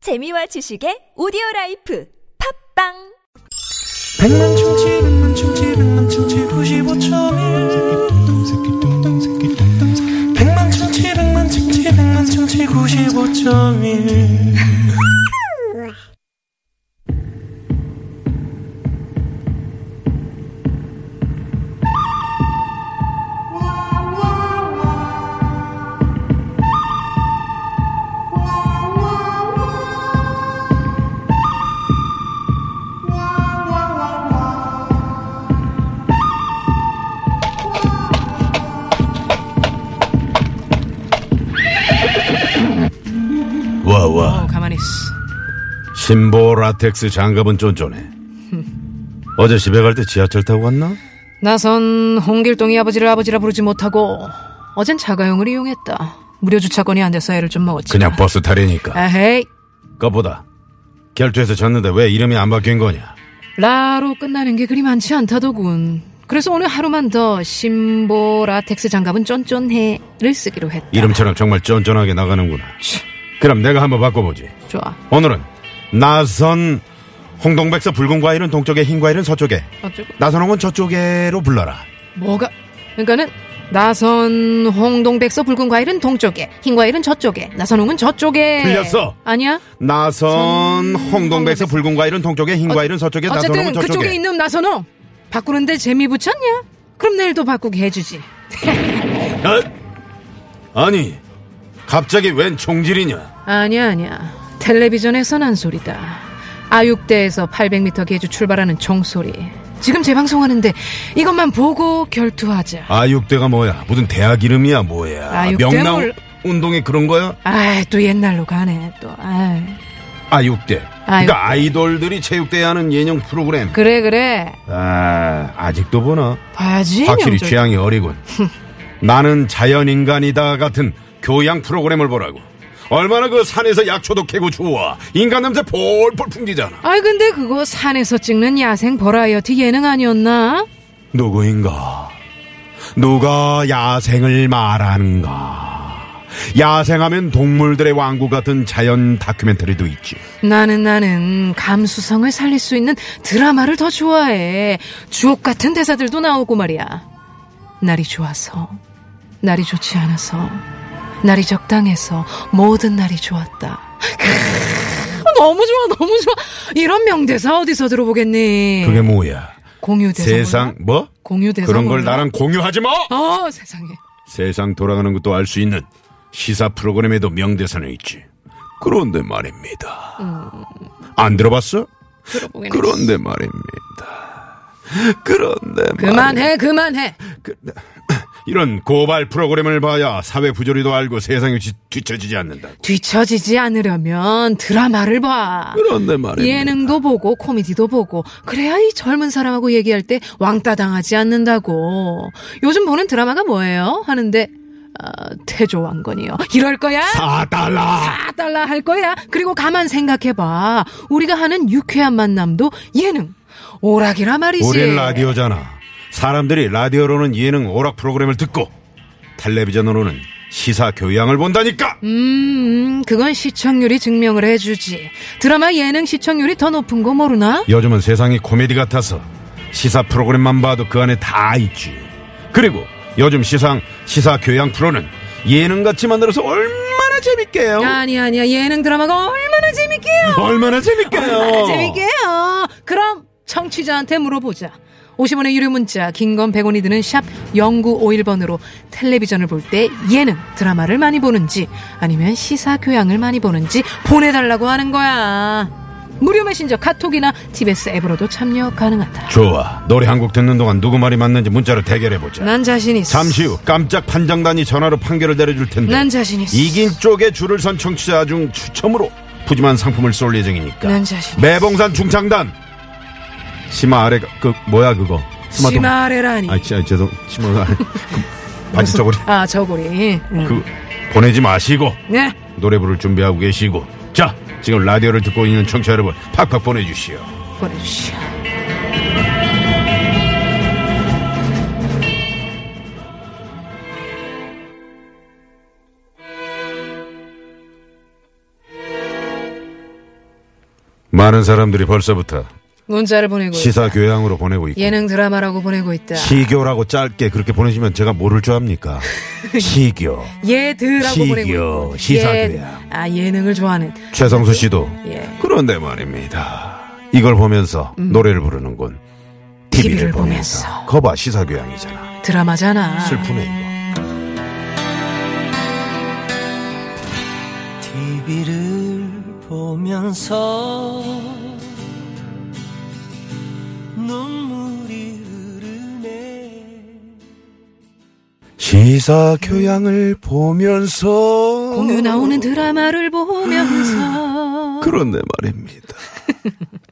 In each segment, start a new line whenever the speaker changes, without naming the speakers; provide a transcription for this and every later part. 재미와 지식의 오디오 라이프 팝빵
백만 충치 백만 충치 백만 충치 95.1 백만 충치 백만 충치 백만 충치 95.1
와와
어, 가만히 있어.
심보 라텍스 장갑은 쫀쫀해 어제 집에 갈 때 지하철 타고 갔나?
나선 홍길동이 아버지를 아버지라 부르지 못하고 어젠 자가용을 이용했다. 무료 주차권이 안 돼서 애를 좀 먹었지.
그냥 뭐- 버스 타려니까
에헤이
그보다 결투에서 졌는데 왜 이름이 안 바뀐 거냐
라로 끝나는 게 그리 많지 않다더군. 그래서 오늘 하루만 더 심보 라텍스 장갑은 쫀쫀해를 쓰기로 했다.
이름처럼 정말 쫀쫀하게 나가는구나
치,
그럼 내가 한번 바꿔보지
좋아.
오늘은 나선 홍동백서 붉은 과일은 동쪽에 흰 과일은 서쪽에
어쩌고
나선홍은 저쪽에로 불러라
뭐가? 그러니까는 나선 홍동백서 붉은 과일은 동쪽에, 흰 과일은 저쪽에, 나선홍은 저쪽에.
틀렸어.
아니야?
나선 홍동백서
홍동백서.
붉은 과일은 동쪽에 흰
어-
과일은 서쪽에
어쨌든
나선홍은
그쪽에
저쪽에
있는 나선홍 바꾸는데 재미 붙였냐? 그럼 내일도 바꾸게 해주지.
어? 아니 갑자기 웬 총질이냐
아니야 아니야. 텔레비전에서 난 소리다. 아육대에서 800m 계주 출발하는 종소리. 지금 재방송하는데 이것만 보고 결투하자.
아육대가 뭐야? 무슨 대학 이름이야 뭐야?
아육대
명랑
뭘-
운동에 그런 거야?
아이 또 옛날로 가네 또. 아이.
아육대. 그러니까 아이돌들이 체육대회 하는 예능 프로그램.
그래 그래.
아 아직도 보나?
봐야지.
확실히
명절.
취향이 어리군. 나는 자연인간이다 같은 교양 프로그램을 보라고. 얼마나 그 산에서 약초도 캐고 좋아. 인간 냄새 폴폴 풍기잖아.
아이 근데 그거 산에서 찍는 야생 버라이어티 예능 아니었나?
누구인가? 누가 야생을 말하는가? 야생하면 동물들의 왕국 같은 자연 다큐멘터리도 있지.
나는 나는 감수성을 살릴 수 있는 드라마를 더 좋아해. 주옥 같은 대사들도 나오고 말이야. 날이 좋아서, 날이 좋지 않아서, 날이 적당해서 모든 날이 좋았다. 크으, 너무 좋아, 너무 좋아. 이런 명대사 어디서 들어보겠니?
그게 뭐야?
공유 예. 대사.
세상
몰라?
뭐
공유 대사.
그런 걸
몰라?
나랑 공유하지 마.
어 세상에.
세상 돌아가는 것도 알 수 있는 시사 프로그램에도 명대사는 있지. 그런데 말입니다.
음.
안 들어봤어?
들어보겠니?
그런데 말입니다. 그런데 말입니다.
그만해, 그만해.
이런 고발 프로그램을 봐야 사회 부조리도 알고 세상이 뒤- 뒤처지지 않는다.
뒤처지지 않으려면 드라마를 봐.
그런데 말입니다.
예능도 보고 코미디도 보고 그래야 이 젊은 사람하고 얘기할 때 왕따 당하지 않는다고 요즘 보는 드라마가 뭐예요 하는데 아, 태조 왕건이요 이럴 거야
사달라.
아 달라 할 거야 그리고 가만 생각해봐 우리가 하는 유쾌한 만남도 예능 오락이라 말이지
우린 라디오잖아. 사람들이 라디오로는 예능 오락 프로그램을 듣고 텔레비전으로는 시사 교양을 본다니까.
음 그건 시청률이 증명을 해주지 드라마 예능 시청률이 더 높은 거 모르나
요즘은 세상이 코미디 같아서 시사 프로그램만 봐도 그 안에 다 있지. 그리고 요즘 시상 시사 교양 프로는 예능 같이 만들어서 얼마나 재밌게요.
아니 아니야 예능 드라마가 얼마나 재밌게요
얼마나 재밌게요.
얼마나 재밌게요. 그럼 청취자한테 물어보자. 50원의 유료 문자, 긴 건 100원이 드는 샵 0951번으로 텔레비전을 볼 때 예능, 드라마를 많이 보는지 아니면 시사 교양을 많이 보는지 보내달라고 하는 거야. 무료 메신저 카톡이나 TBS 앱으로도 참여 가능하다.
좋아. 노래 한 곡 듣는 동안 누구 말이 맞는지 문자로 대결해 보자.
난 자신 있어.
잠시 후 깜짝 판정단이 전화로 판결을 내려줄 텐데.
난 자신 있어.
이긴 쪽에 줄을 선 청취자 중 추첨으로 푸짐한 상품을 쏠 예정이니까.
난 자신 있어.
매봉산 중창단. 치마 아래가 그 뭐야 그거? 스마트폰.
심하래라니.
아, 진 죄송. 치마 아래. 그 바지 쪽으로
아, 저고리. 응.
그 보내지 마시고
네.
노래 부를 준비하고 계시고. 자, 지금 라디오를 듣고 있는 청취자 여러분 팍팍 보내 주시오.
보내주시오.
많은 사람들이 벌써부터
문자를 보내고
시사
있다.
교양으로 보내고 있고
예능 드라마라고 보내고 있다.
시교라고 짧게 그렇게 보내시면 제가 모를 줄 압니까? 시교.
예드라고
시교,
보내고 있고.
시사교양.
아 예능을 좋아하는
최성수 씨도
예.
그런데 말입니다. 이걸 보면서 노래를 부르는군. TV를,
TV 를
보면서.
보면서.
거봐 시사 교양이잖아.
드라마잖아.
슬프네 이거.
TV를 보면서 눈물이 흐르네
시사 교양을 보면서
공유 나오는 드라마를 보면서
그런데 말입니다.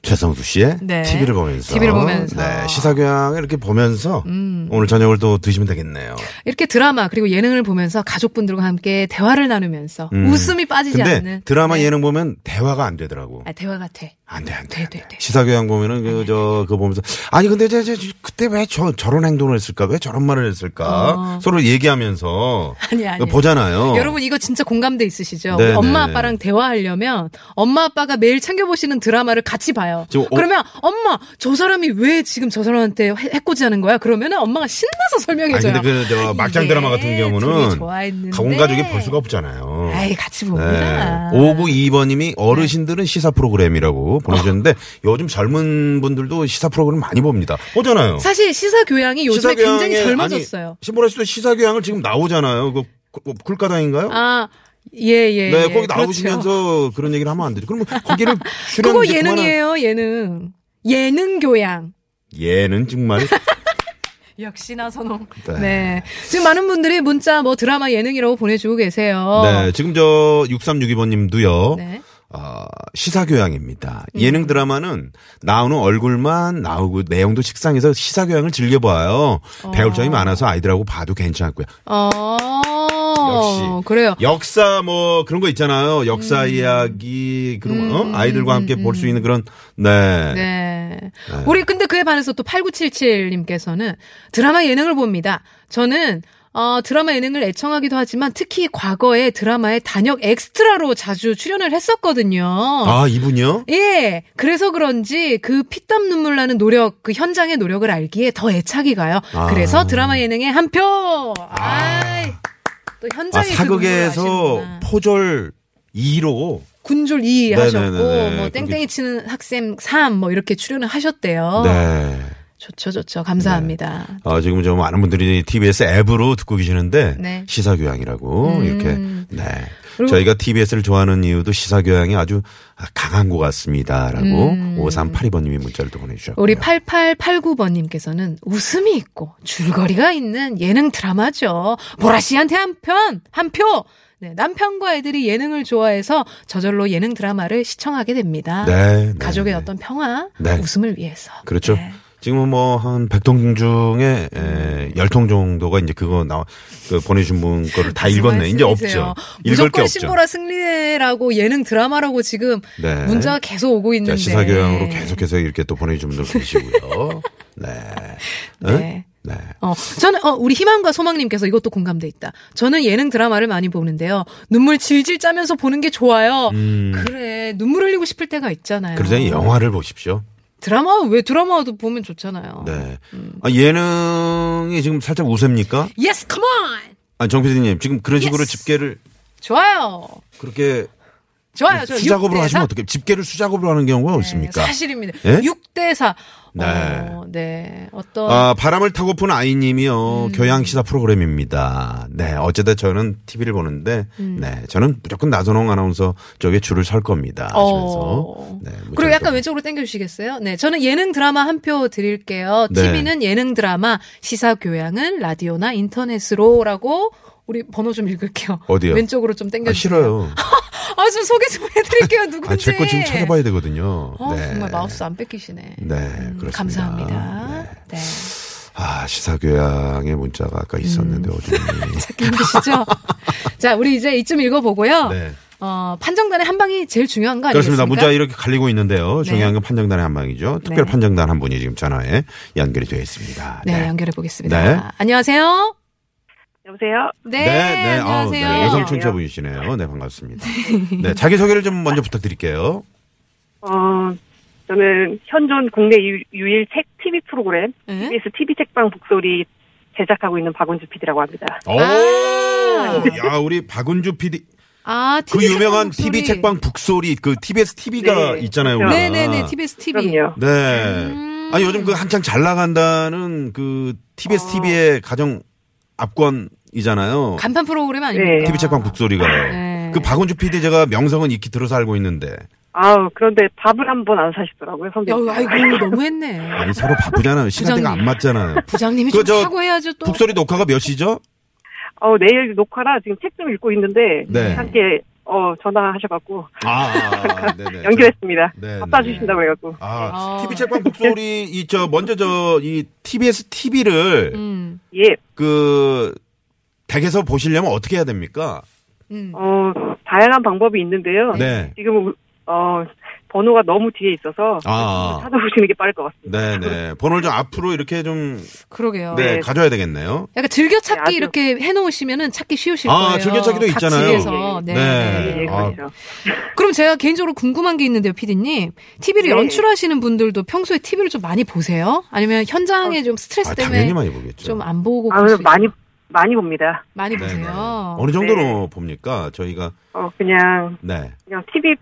최성수 씨의
네.
TV를 보면서,
TV 를 보면서. 음.
네, 시사 교양 이렇게 보면서 오늘 저녁을 또 드시면 되겠네요.
이렇게 드라마 그리고 예능을 보면서 가족분들과 함께 대화를 나누면서
음.
웃음이 빠지지
근데
않는 네.
드라마 예능 보면 대화가 안 되더라고.
아, 대화 같아.
안 돼, 안 돼. 안
돼,
돼.
돼.
시사교양 보면은 그, 저, 그거 보면서. 아니, 근데 저, 저, 저 그때 왜 저, 저런 행동을 했을까? 왜 저런 말을 했을까? 서로 얘기하면서.
어.
그
아니, 아니.
보잖아요.
여러분 이거 진짜 공감대 있으시죠?
어. 네,
엄마
네.
아빠랑 대화하려면 엄마 아빠가 매일 챙겨 보시는 드라마를 같이 봐요.
저, 어-
그러면 엄마 저 사람이 왜 지금 저 사람한테 해- 해코지하는 거야? 그러면 엄마가 신나서 설명해
아니,
줘요. 네.
근데 그, 저, 막장 드라마 같은 경우는. 온 가족이 볼 수가 없잖아요.
아이 같이 봅니다.
그 네. 5922번님이 어르신들은 시사 프로그램이라고 보내주셨는데
아.
요즘 젊은 분들도 시사 프로그램 많이 봅니다. 보잖아요.
사실 시사 교양이 요즘에
어. 시사교양에-
굉장히
아니,
젊어졌어요.
신보라 씨도 시사교양을 지금 나오잖아요. 그, 그 굴가당인가요?
아, 예, 예.
네,
예.
거기
그렇죠.
나오시면서 그런 얘기를 하면 안 되죠. 그러면 거기를 출연
그거 예능이에요, 예능. 예능 교양.
예는 정말
역시나 선홍.
네.
네. 지금 많은 분들이 문자 뭐 드라마 예능이라고 보내주고 계세요.
네, 지금 저 6362번님도요.
어. 네. 음.
아, 시사 교양입니다. 예능 드라마는 나오는 얼굴만 나오고 내용도 식상해서 시사 교양을 즐겨봐요. 배울 점이 많아서 아이들하고 봐도 괜찮고요.
어.
역시.
그래요.
역사 뭐 그런 거 있잖아요.
음.
역사 이야기 그런 거 어? 아이들과 함께 볼 수 있는 그런 네.
네. 우리 근데 그에 반해서 또 8977님께서는 드라마 예능을 봅니다. 저는 어, 드라마 예능을 애청하기도 하지만 특히 과거에 드라마에 단역 엑스트라로 자주 출연을 했었거든요.
아 이분이요?
예. 그래서 그런지 그 피땀 눈물 나는 노력, 그 현장의 노력을 알기에 더 애착이 가요.
아.
그래서 드라마 예능에 한 표. 아이. 또
아,
현장의 그 눈물을
사극에서
아시는구나.
포졸 2로
군졸 2
네네네네.
하셨고 뭐
그게-
땡땡이 치는 학생 3 뭐 이렇게 출연을 하셨대요.
네.
좋죠, 좋죠. 감사합니다.
아, 지금 좀 많은 분들이 TBS 앱으로 듣고 계시는데
네. 음.
시사교양이라고 이렇게 네.
그리고-
저희가 TBS를 좋아하는 이유도 시사교양이 아주 강한 것 같습니다라고 5382번님이 문자를 또 보내주셨고요.
음. 우리 8889번님께서는 웃음이 있고 줄거리가 있는 예능 드라마죠. 보라 씨한테 한 편, 한 표. 네, 남편과 애들이 예능을 좋아해서 저절로 예능 드라마를 시청하게 됩니다.
네, 네,
가족의
네.
어떤 평화,
네.
웃음을 위해서.
그렇죠.
네.
지금은 뭐 한 100통 중에
음.
에, 10통 정도가 이제 그거 나와 그 보내주신 분 거를 다 읽었네. 이제
말씀이세요.
없죠. 읽을 게
무조건
없죠.
신보라 승리라고 예능 드라마라고 지금
네.
문자가 계속 오고
자,
있는데.
시사교양으로 계속해서 이렇게 또 보내주신 분들 계시고요. 네. 네.
네.
네.
어, 저는, 어, 우리 희망과 소망님께서 이것도 공감돼 있다. 저는 예능 드라마를 많이 보는데요. 눈물 질질 짜면서 보는 게 좋아요. 그래. 눈물 흘리고 싶을 때가 있잖아요.
음. 그러더니 영화를 보십시오.
드라마, 왜 드라마도 보면 좋잖아요.
네.
음.
아, 예능이 지금 살짝 우셉니까?
Yes, come on!
아, 정 PD님, 지금 그런 식으로
Yes.
집계를
좋아요.
그렇게
좋아요. 저
수작업으로
6대 4?
하시면 어떻게 집계를 수작업으로 하는 경우가 없습니까?
사실입니다.
예?
6대4.
네.
어, 네. 어떤.
아, 바람을 타고 푼 아이님이요.
음.
교양 시사 프로그램입니다. 네. 어쨌든 저는 TV를 보는데,
음.
네. 저는 무조건 나선홍 아나운서 쪽에 줄을 설 겁니다. 하시면서.
어.
네,
그리고
무조건.
약간 왼쪽으로 당겨주시겠어요? 네, 저는 예능 드라마 한 표 드릴게요.
네.
TV는 예능 드라마, 시사 교양은 라디오나 인터넷으로라고 우리 번호 좀 읽을게요.
어디요?
왼쪽으로 좀
아,
당겨주세요.
싫어요.
아, 좀 소개 좀 해드릴게요. 누군지.
아, 제 거 지금 찾아봐야 되거든요.
어, 정말 마우스 음, 안 뺏기시네.
네, 그렇습니다.
감사합니다. 네.
아, 시사교양의 문자가 아까
음.
있었는데, 어디.
찾기 힘드시죠? 자, 우리 이제 이쯤 읽어보고요.
네.
어, 판정단의 한 방이 제일 중요한 거
그렇습니다.
아니겠습니까? 네.
문자 이렇게 갈리고 있는데요. 중요한 건 판정단의 한 방이죠. 특별 판정단 한 분이 지금 전화에 연결이 되어 있습니다.
네, 연결해 보겠습니다.
네.
안녕하세요.
여보세요?
네,
아우,
안녕하세요.
네, 여성 청취자분이시네요. 네, 반갑습니다. 네, 자기소개를 좀 먼저 부탁드릴게요.
어, 저는 현존 국내 유, 일책 TV 프로그램
예?
KBS TV 책방 북소리 제작하고 있는 박은주 PD라고 합니다.
오,
아.
야 우리 박은주 PD
아, TV
그 유명한
책방
TV
소리.
책방 북소리 그 TBS TV가
네.
있잖아요.
그렇죠.
우리가.
네네네, TBS TV.
그럼요.
네.
음.
아니 요즘 그 한창 잘 나간다는 그 TBS TV의 가정 압권이잖아요.
간판 프로그램 아닙니까?
네.
TV 책방 북소리가.
네.
그 박은주 PD 제가 명성은 익히 들어서 알고 있는데
아우 그런데 밥을 한 번 안 사시더라고요
야,
선배님.
아이고, 너무했네.
아니 서로 바쁘잖아요. 시간대가
부장님.
안 맞잖아요.
부장님이
그
좀
저
사과해야죠, 또.
북소리 녹화가 몇 시죠?
어 내일 녹화라 지금 책 좀 읽고 있는데
네.
함께 어 전화하셔갖고
아, 아, 네네.
연결했습니다.
네,
밥 사주
네.
신다고 해갖고.
아,
아.
TV 책방 북소리 이 저 먼저 저 이 TBS TV를
음,
예.
그 댁에서 보시려면 어떻게 해야 됩니까?
음.
어 다양한 방법이 있는데요.
네.
지금 어 번호가 너무 뒤에 있어서
아.
찾아보시는 게 빠를 것 같습니다.
네네. 번호를 좀 앞으로 이렇게 좀,
그러게요.
네,
네.
가져야 되겠네요.
약간 즐겨찾기
네, 아주-
이렇게 해놓으시면은 찾기 쉬우실
아,
거예요.
즐겨찾기도
각
있잖아요.
집에서. 네.
네.
예,
아.
그렇죠.
그럼 제가 개인적으로 궁금한 게 있는데요, 피디님. TV를
네.
연출하시는 분들도 평소에 TV를 좀 많이 보세요? 아니면 현장에 좀 스트레스
아,
때문에
당연히 많이 보겠죠.
좀 안 보고
어. 아,
그럴 수 있-
많이 많이 봅니다.
많이
네네.
보세요.
어느 정도로 봅니까? 저희가,
어 그냥
네.
그냥 TV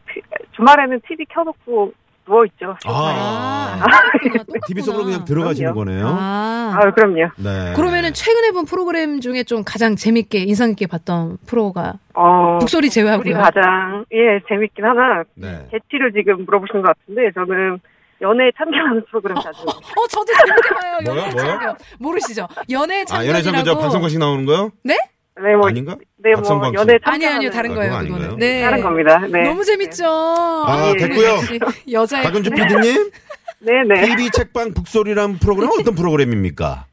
주말에는 TV 켜놓고 누워 있죠.
아,
아,
똑같구나, 똑같구나.
TV 속으로 그냥 들어가시는
그럼요.
거네요.
아.
아 그럼요.
네.
그러면은 최근에 본 프로그램 중에 좀 가장 재밌게 인상 깊게 봤던 프로가
어
북소리
우리
제외하고요.
가장 예 재밌긴 하나
네.
개취를 지금 물어보시는 것 같은데 저는 연애에 참견하는 프로그램 자주
어, 저도 재밌게 봐요.
뭐요,
연애
뭐요?
참견. 모르시죠? 연애
아, 연애 참고 저
참견이라고.
방송관식 나오는 거요?
네, 뭐,
아닌가?
네, 뭐
박성광 씨.
연애
아니 아니요
참견하는
다른
아,
거예요
그거
그거는.
아닌가요?
네.
다른 겁니다. 네.
너무 재밌죠.
아,
아,
됐고요.
여자 의
박은주 PD님,
네, 네.
TV 책방 북소리라는 프로그램은 어떤 프로그램입니까?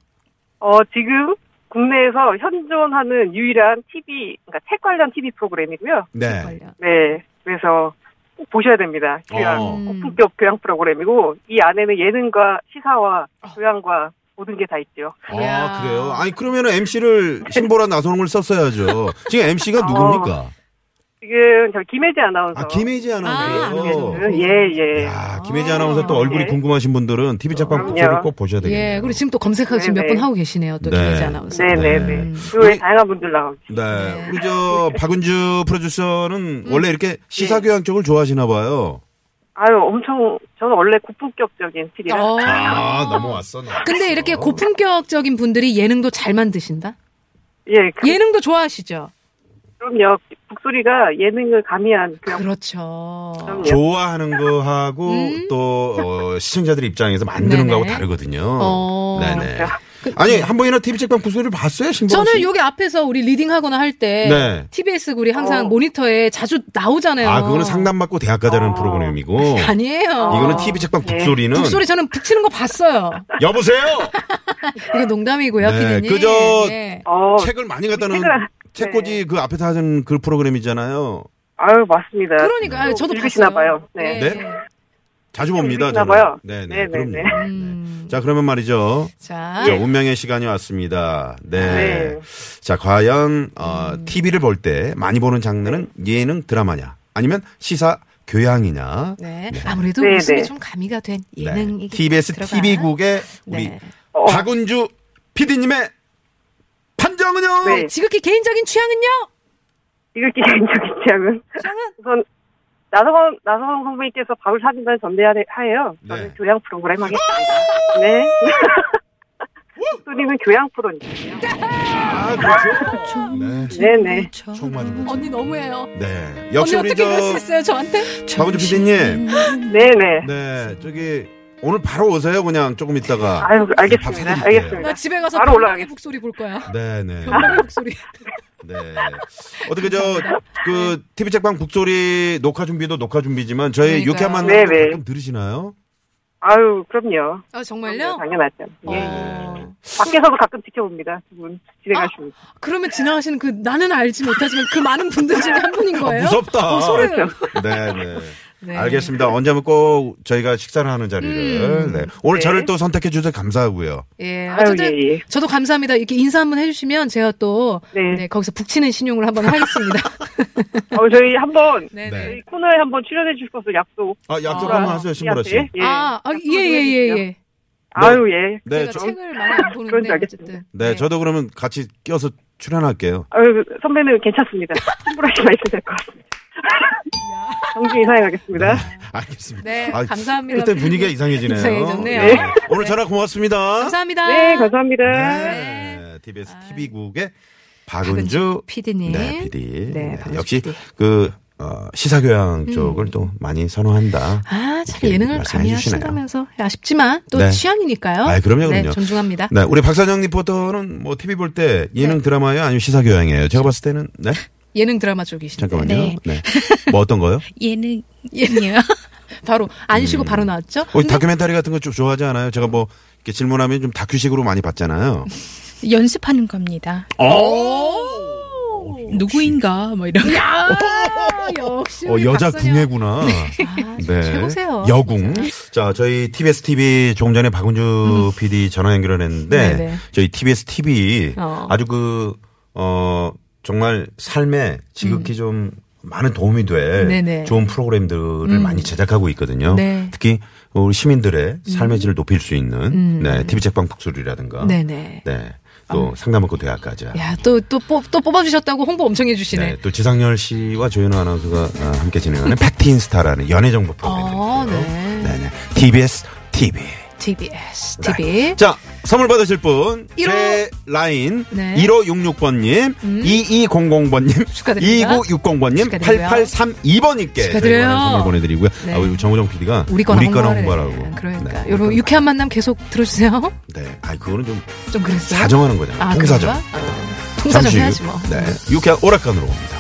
어, 지금 국내에서 현존하는 유일한 TV, 그러니까 책 관련 TV 프로그램이고요.
네.
네. 그래서 꼭 보셔야 됩니다. 교양,
어.
음.
고품격 교양 프로그램이고, 이 안에는 예능과 시사와 교양과 모든 게 다 있죠.
아,
이야.
그래요? 아니, 그러면은 MC를 신보라 나선홍을 썼어야죠. 지금 MC가 누굽니까?
지금 저 김혜지 아나운서.
아, 김혜지 아나운서요.
아, 네.
예, 예.
야, 김혜지
아.
아나운서 또 얼굴이
네.
궁금하신 분들은 TV 책방
그럼요.
목소리 꼭 보셔야 되겠네요.
예, 그리고 지금 또 검색하고 지금 몇
네,
분
네.
하고 계시네요. 또
네.
김혜지 아나운서.
네, 네,
네.
네. 그 외에
우리-
다양한 분들 나오고.
네. 우리 저 박은주 프로듀서는
음.
원래
네.
이렇게 시사 교양 쪽을 좋아하시나 봐요.
아유, 엄청, 저는 원래 고품격적인 TV라.
어.
아, 넘어왔어. 넘어왔어.
근데 이렇게 고품격적인 분들이 예능도 잘 만드신다?
예, 그,
예능도 좋아하시죠?
그럼요. 북소리가 예능을 가미한 교양
그렇죠.
프로그램이요.
좋아하는 거 하고 또 어, 시청자들 입장에서 만드는
음. 네네.
거하고 다르거든요.
어.
네네.
그렇죠.
아니 한 번이나 TV 책방 목소리를 봤어요, 신보
저는
씨?
여기 앞에서 우리 리딩하거나 할 때
네.
TBS 그 우리 항상
어.
모니터에 자주 나오잖아요.
아 그거는 상담 받고 대학 가자는 프로그램이고
아니에요. 그
이거는 TV 책방
네.
북소리는
북소리 저는 북치는 거 봤어요.
여보세요.
이거 농담이고요,
네,
피디님.
그저-
예.
어,
책을 많이 갖다 놓은
책을-
책꽂이
네.
그 앞에서 하는 그 프로그램이잖아요.
아유, 맞습니다.
그러니까 아유,
또
저도
읽으시나
봤어요.
봐요.
예,
네.
네?
예.
자주 봅니다.
재밌나
저는.
봐요.
네네.
네, 네네네.
그럼요.
음.
네. 자 그러면 말이죠.
자,
자, 운명의 시간이 왔습니다. 네.
네.
자, 과연 어,
음.
TV를 볼 때 많이 보는 장르는
네.
예능 드라마냐, 아니면 시사 교양이냐.
네. 아무래도
네,
웃음이
네.
좀 가미가 된
네.
예능 이
TBS TV국의 우리
네.
어.
박은주 PD님의 판정은요.
네.
지극히 개인적인 취향은요?
이렇게 개인적인 취향은. 우선, 나성원, 나성원 선배님께서 밥을 사준다는 전대하에요. 저는
네.
교양 프로그램 하겠습니다. 네. 북소리는 교양
음.
프로니까요.
아, 그렇죠. 네.
네네.
총 맞은 거죠.
언니 너무해요.
네.
어, 언니
역시
어떻게
우리
그럴 수
저
있어요, 저한테?
박은주 PD님.
네네.
네. 저기 오늘 바로 오세요. 그냥 조금 있다가.
아유,
밥
알겠습니다.
사드릴게요.
알겠습니다.
나 집에 가서
바로
병원의
올라가겠습니다.
북소리 볼 거야.
네, 네.
병원의 북소리.
네. 어떻게 저 그 TV 책방 북소리 녹화 준비도 녹화 준비지만 저희
그러니까요.
유쾌한 만남
네,
도
네.
가끔 들으시나요?
아유, 그럼요.
아,
그럼요,
정말요?
당연하죠. 예.
어.
밖에서도 가끔 지켜봅니다. 두 분 진행하시면.
그러면 지나가시는 그 나는 알지 못하지만 그 많은 분들 중에 한 분인
아,
거예요?
무섭다.
어, 소름.
네, 네.
네.
알겠습니다. 언제 하면 꼭 저희가 식사를 하는 자리를.
음.
네. 오늘
네.
저를 또 선택해 주셔서 감사하고요.
예,
아유,
어쨌든
예, 예.
저도 감사합니다. 이렇게 인사 한번 해주시면 제가 또
네.
네, 거기서 북치는 신용을 한번 하겠습니다.
어, 저희 한번
네,
네.
저희 코너에 한번 출연해 주실 것을 약속.
아, 약속
아,
한번 하세요, 신보라 씨.
예.
아, 아, 예, 예, 예, 예.
아유 예.
네,
제가
저,
책을 많이 안 보는데
그런지 알겠습니다.
어쨌든.
네, 저도 그러면 같이 껴서 출연할게요.
아유 그 선배는 괜찮습니다. 신보라 씨만 있으면 될 것 같습니다. 정신 이상해가겠습니다.
알겠습니다. 아,
네, 감사합니다.
그때 분위기가 이상해지네요.
이상해졌네요.
네. 오늘 전화 고맙습니다.
감사합니다.
네 감사합니다.
네, TBS TV국의 박은주
박은주 PD 님.
네, PD.
네,
네,
박은주
역시
PD.
그 어, 시사교양 쪽을 또 많이 선호한다.
아, 참
이렇게
예능을 감히
말씀해 주시네요.
하신다면서 아쉽지만 또
네.
취향이니까요.
아이, 그럼요,
네,
그럼요.
존중합니다.
네, 우리 박선영 리포터는 뭐 TV 볼 때
네.
예능 드라마예요, 아니면 시사교양이에요? 제가 봤을 때는 네,
예능 드라마 쪽이시죠.
잠깐만요. 네,
네.
뭐 어떤 거요?
예능이요.
바로 안 쉬고 바로 나왔죠.
혹시
근데
음. 어, 다큐멘터리 같은 거 좀 좋아하지 않아요? 제가 뭐 이렇게 질문하면 좀 다큐식으로 많이 봤잖아요.
연습하는 겁니다.
어?
누구인가 뭐 이런.
아, 역시
어,
우리
여자
박선영.
궁예구나. 네.
아, 최고세요.
여궁. 자, 저희 TBS TV 조금 전에 박은주 PD 전화 연결했는데 을
음. 네네.
저희 TBS TV
어.
아주 그, 어, 정말 삶에 지극히 좀 많은 도움이 돼
음. 네네. 음.
좋은 프로그램들을 많이 제작하고 있거든요.
네. 음.
특히 우리 시민들의 삶의 질을 높일 수 있는 네, TV 책방 북소리라든가
네네. 아.
네, 또 상담학교 대학까지
야, 또, 또, 뽑, 또 뽑아주셨다고 홍보 엄청 해주시네.
네, 또 지상열 씨와 조현우 아나운서가 아, 함께 진행하는 팩트 인스타라는 연애 정보
어,
프로그램이고요.
네.
네, 네. TBS TV.
TBS,
네.
TV.
자, 선물 받으실 분.
일호.
제 라인.
네. 음.
1566번님, 2200번님,
축하드립니다.
2960번님,
축하드리고요.
8832번님께.
축하드려요.
선물 보내드리고요.
네.
아, 우리 정우정 PD가.
우리 거나
홍보하라고.
홍보하래. 그러니까.
네,
여러분,
그러니까.
유쾌한 만남 계속 들어주세요.
네. 아, 그거는 좀
좀 그랬어요.
사정하는 거잖아요.
아,
통사정.
그런가? 아, 통사정
잠시 후.
해야지 뭐.
네. 유쾌한 오락관으로 옵니다.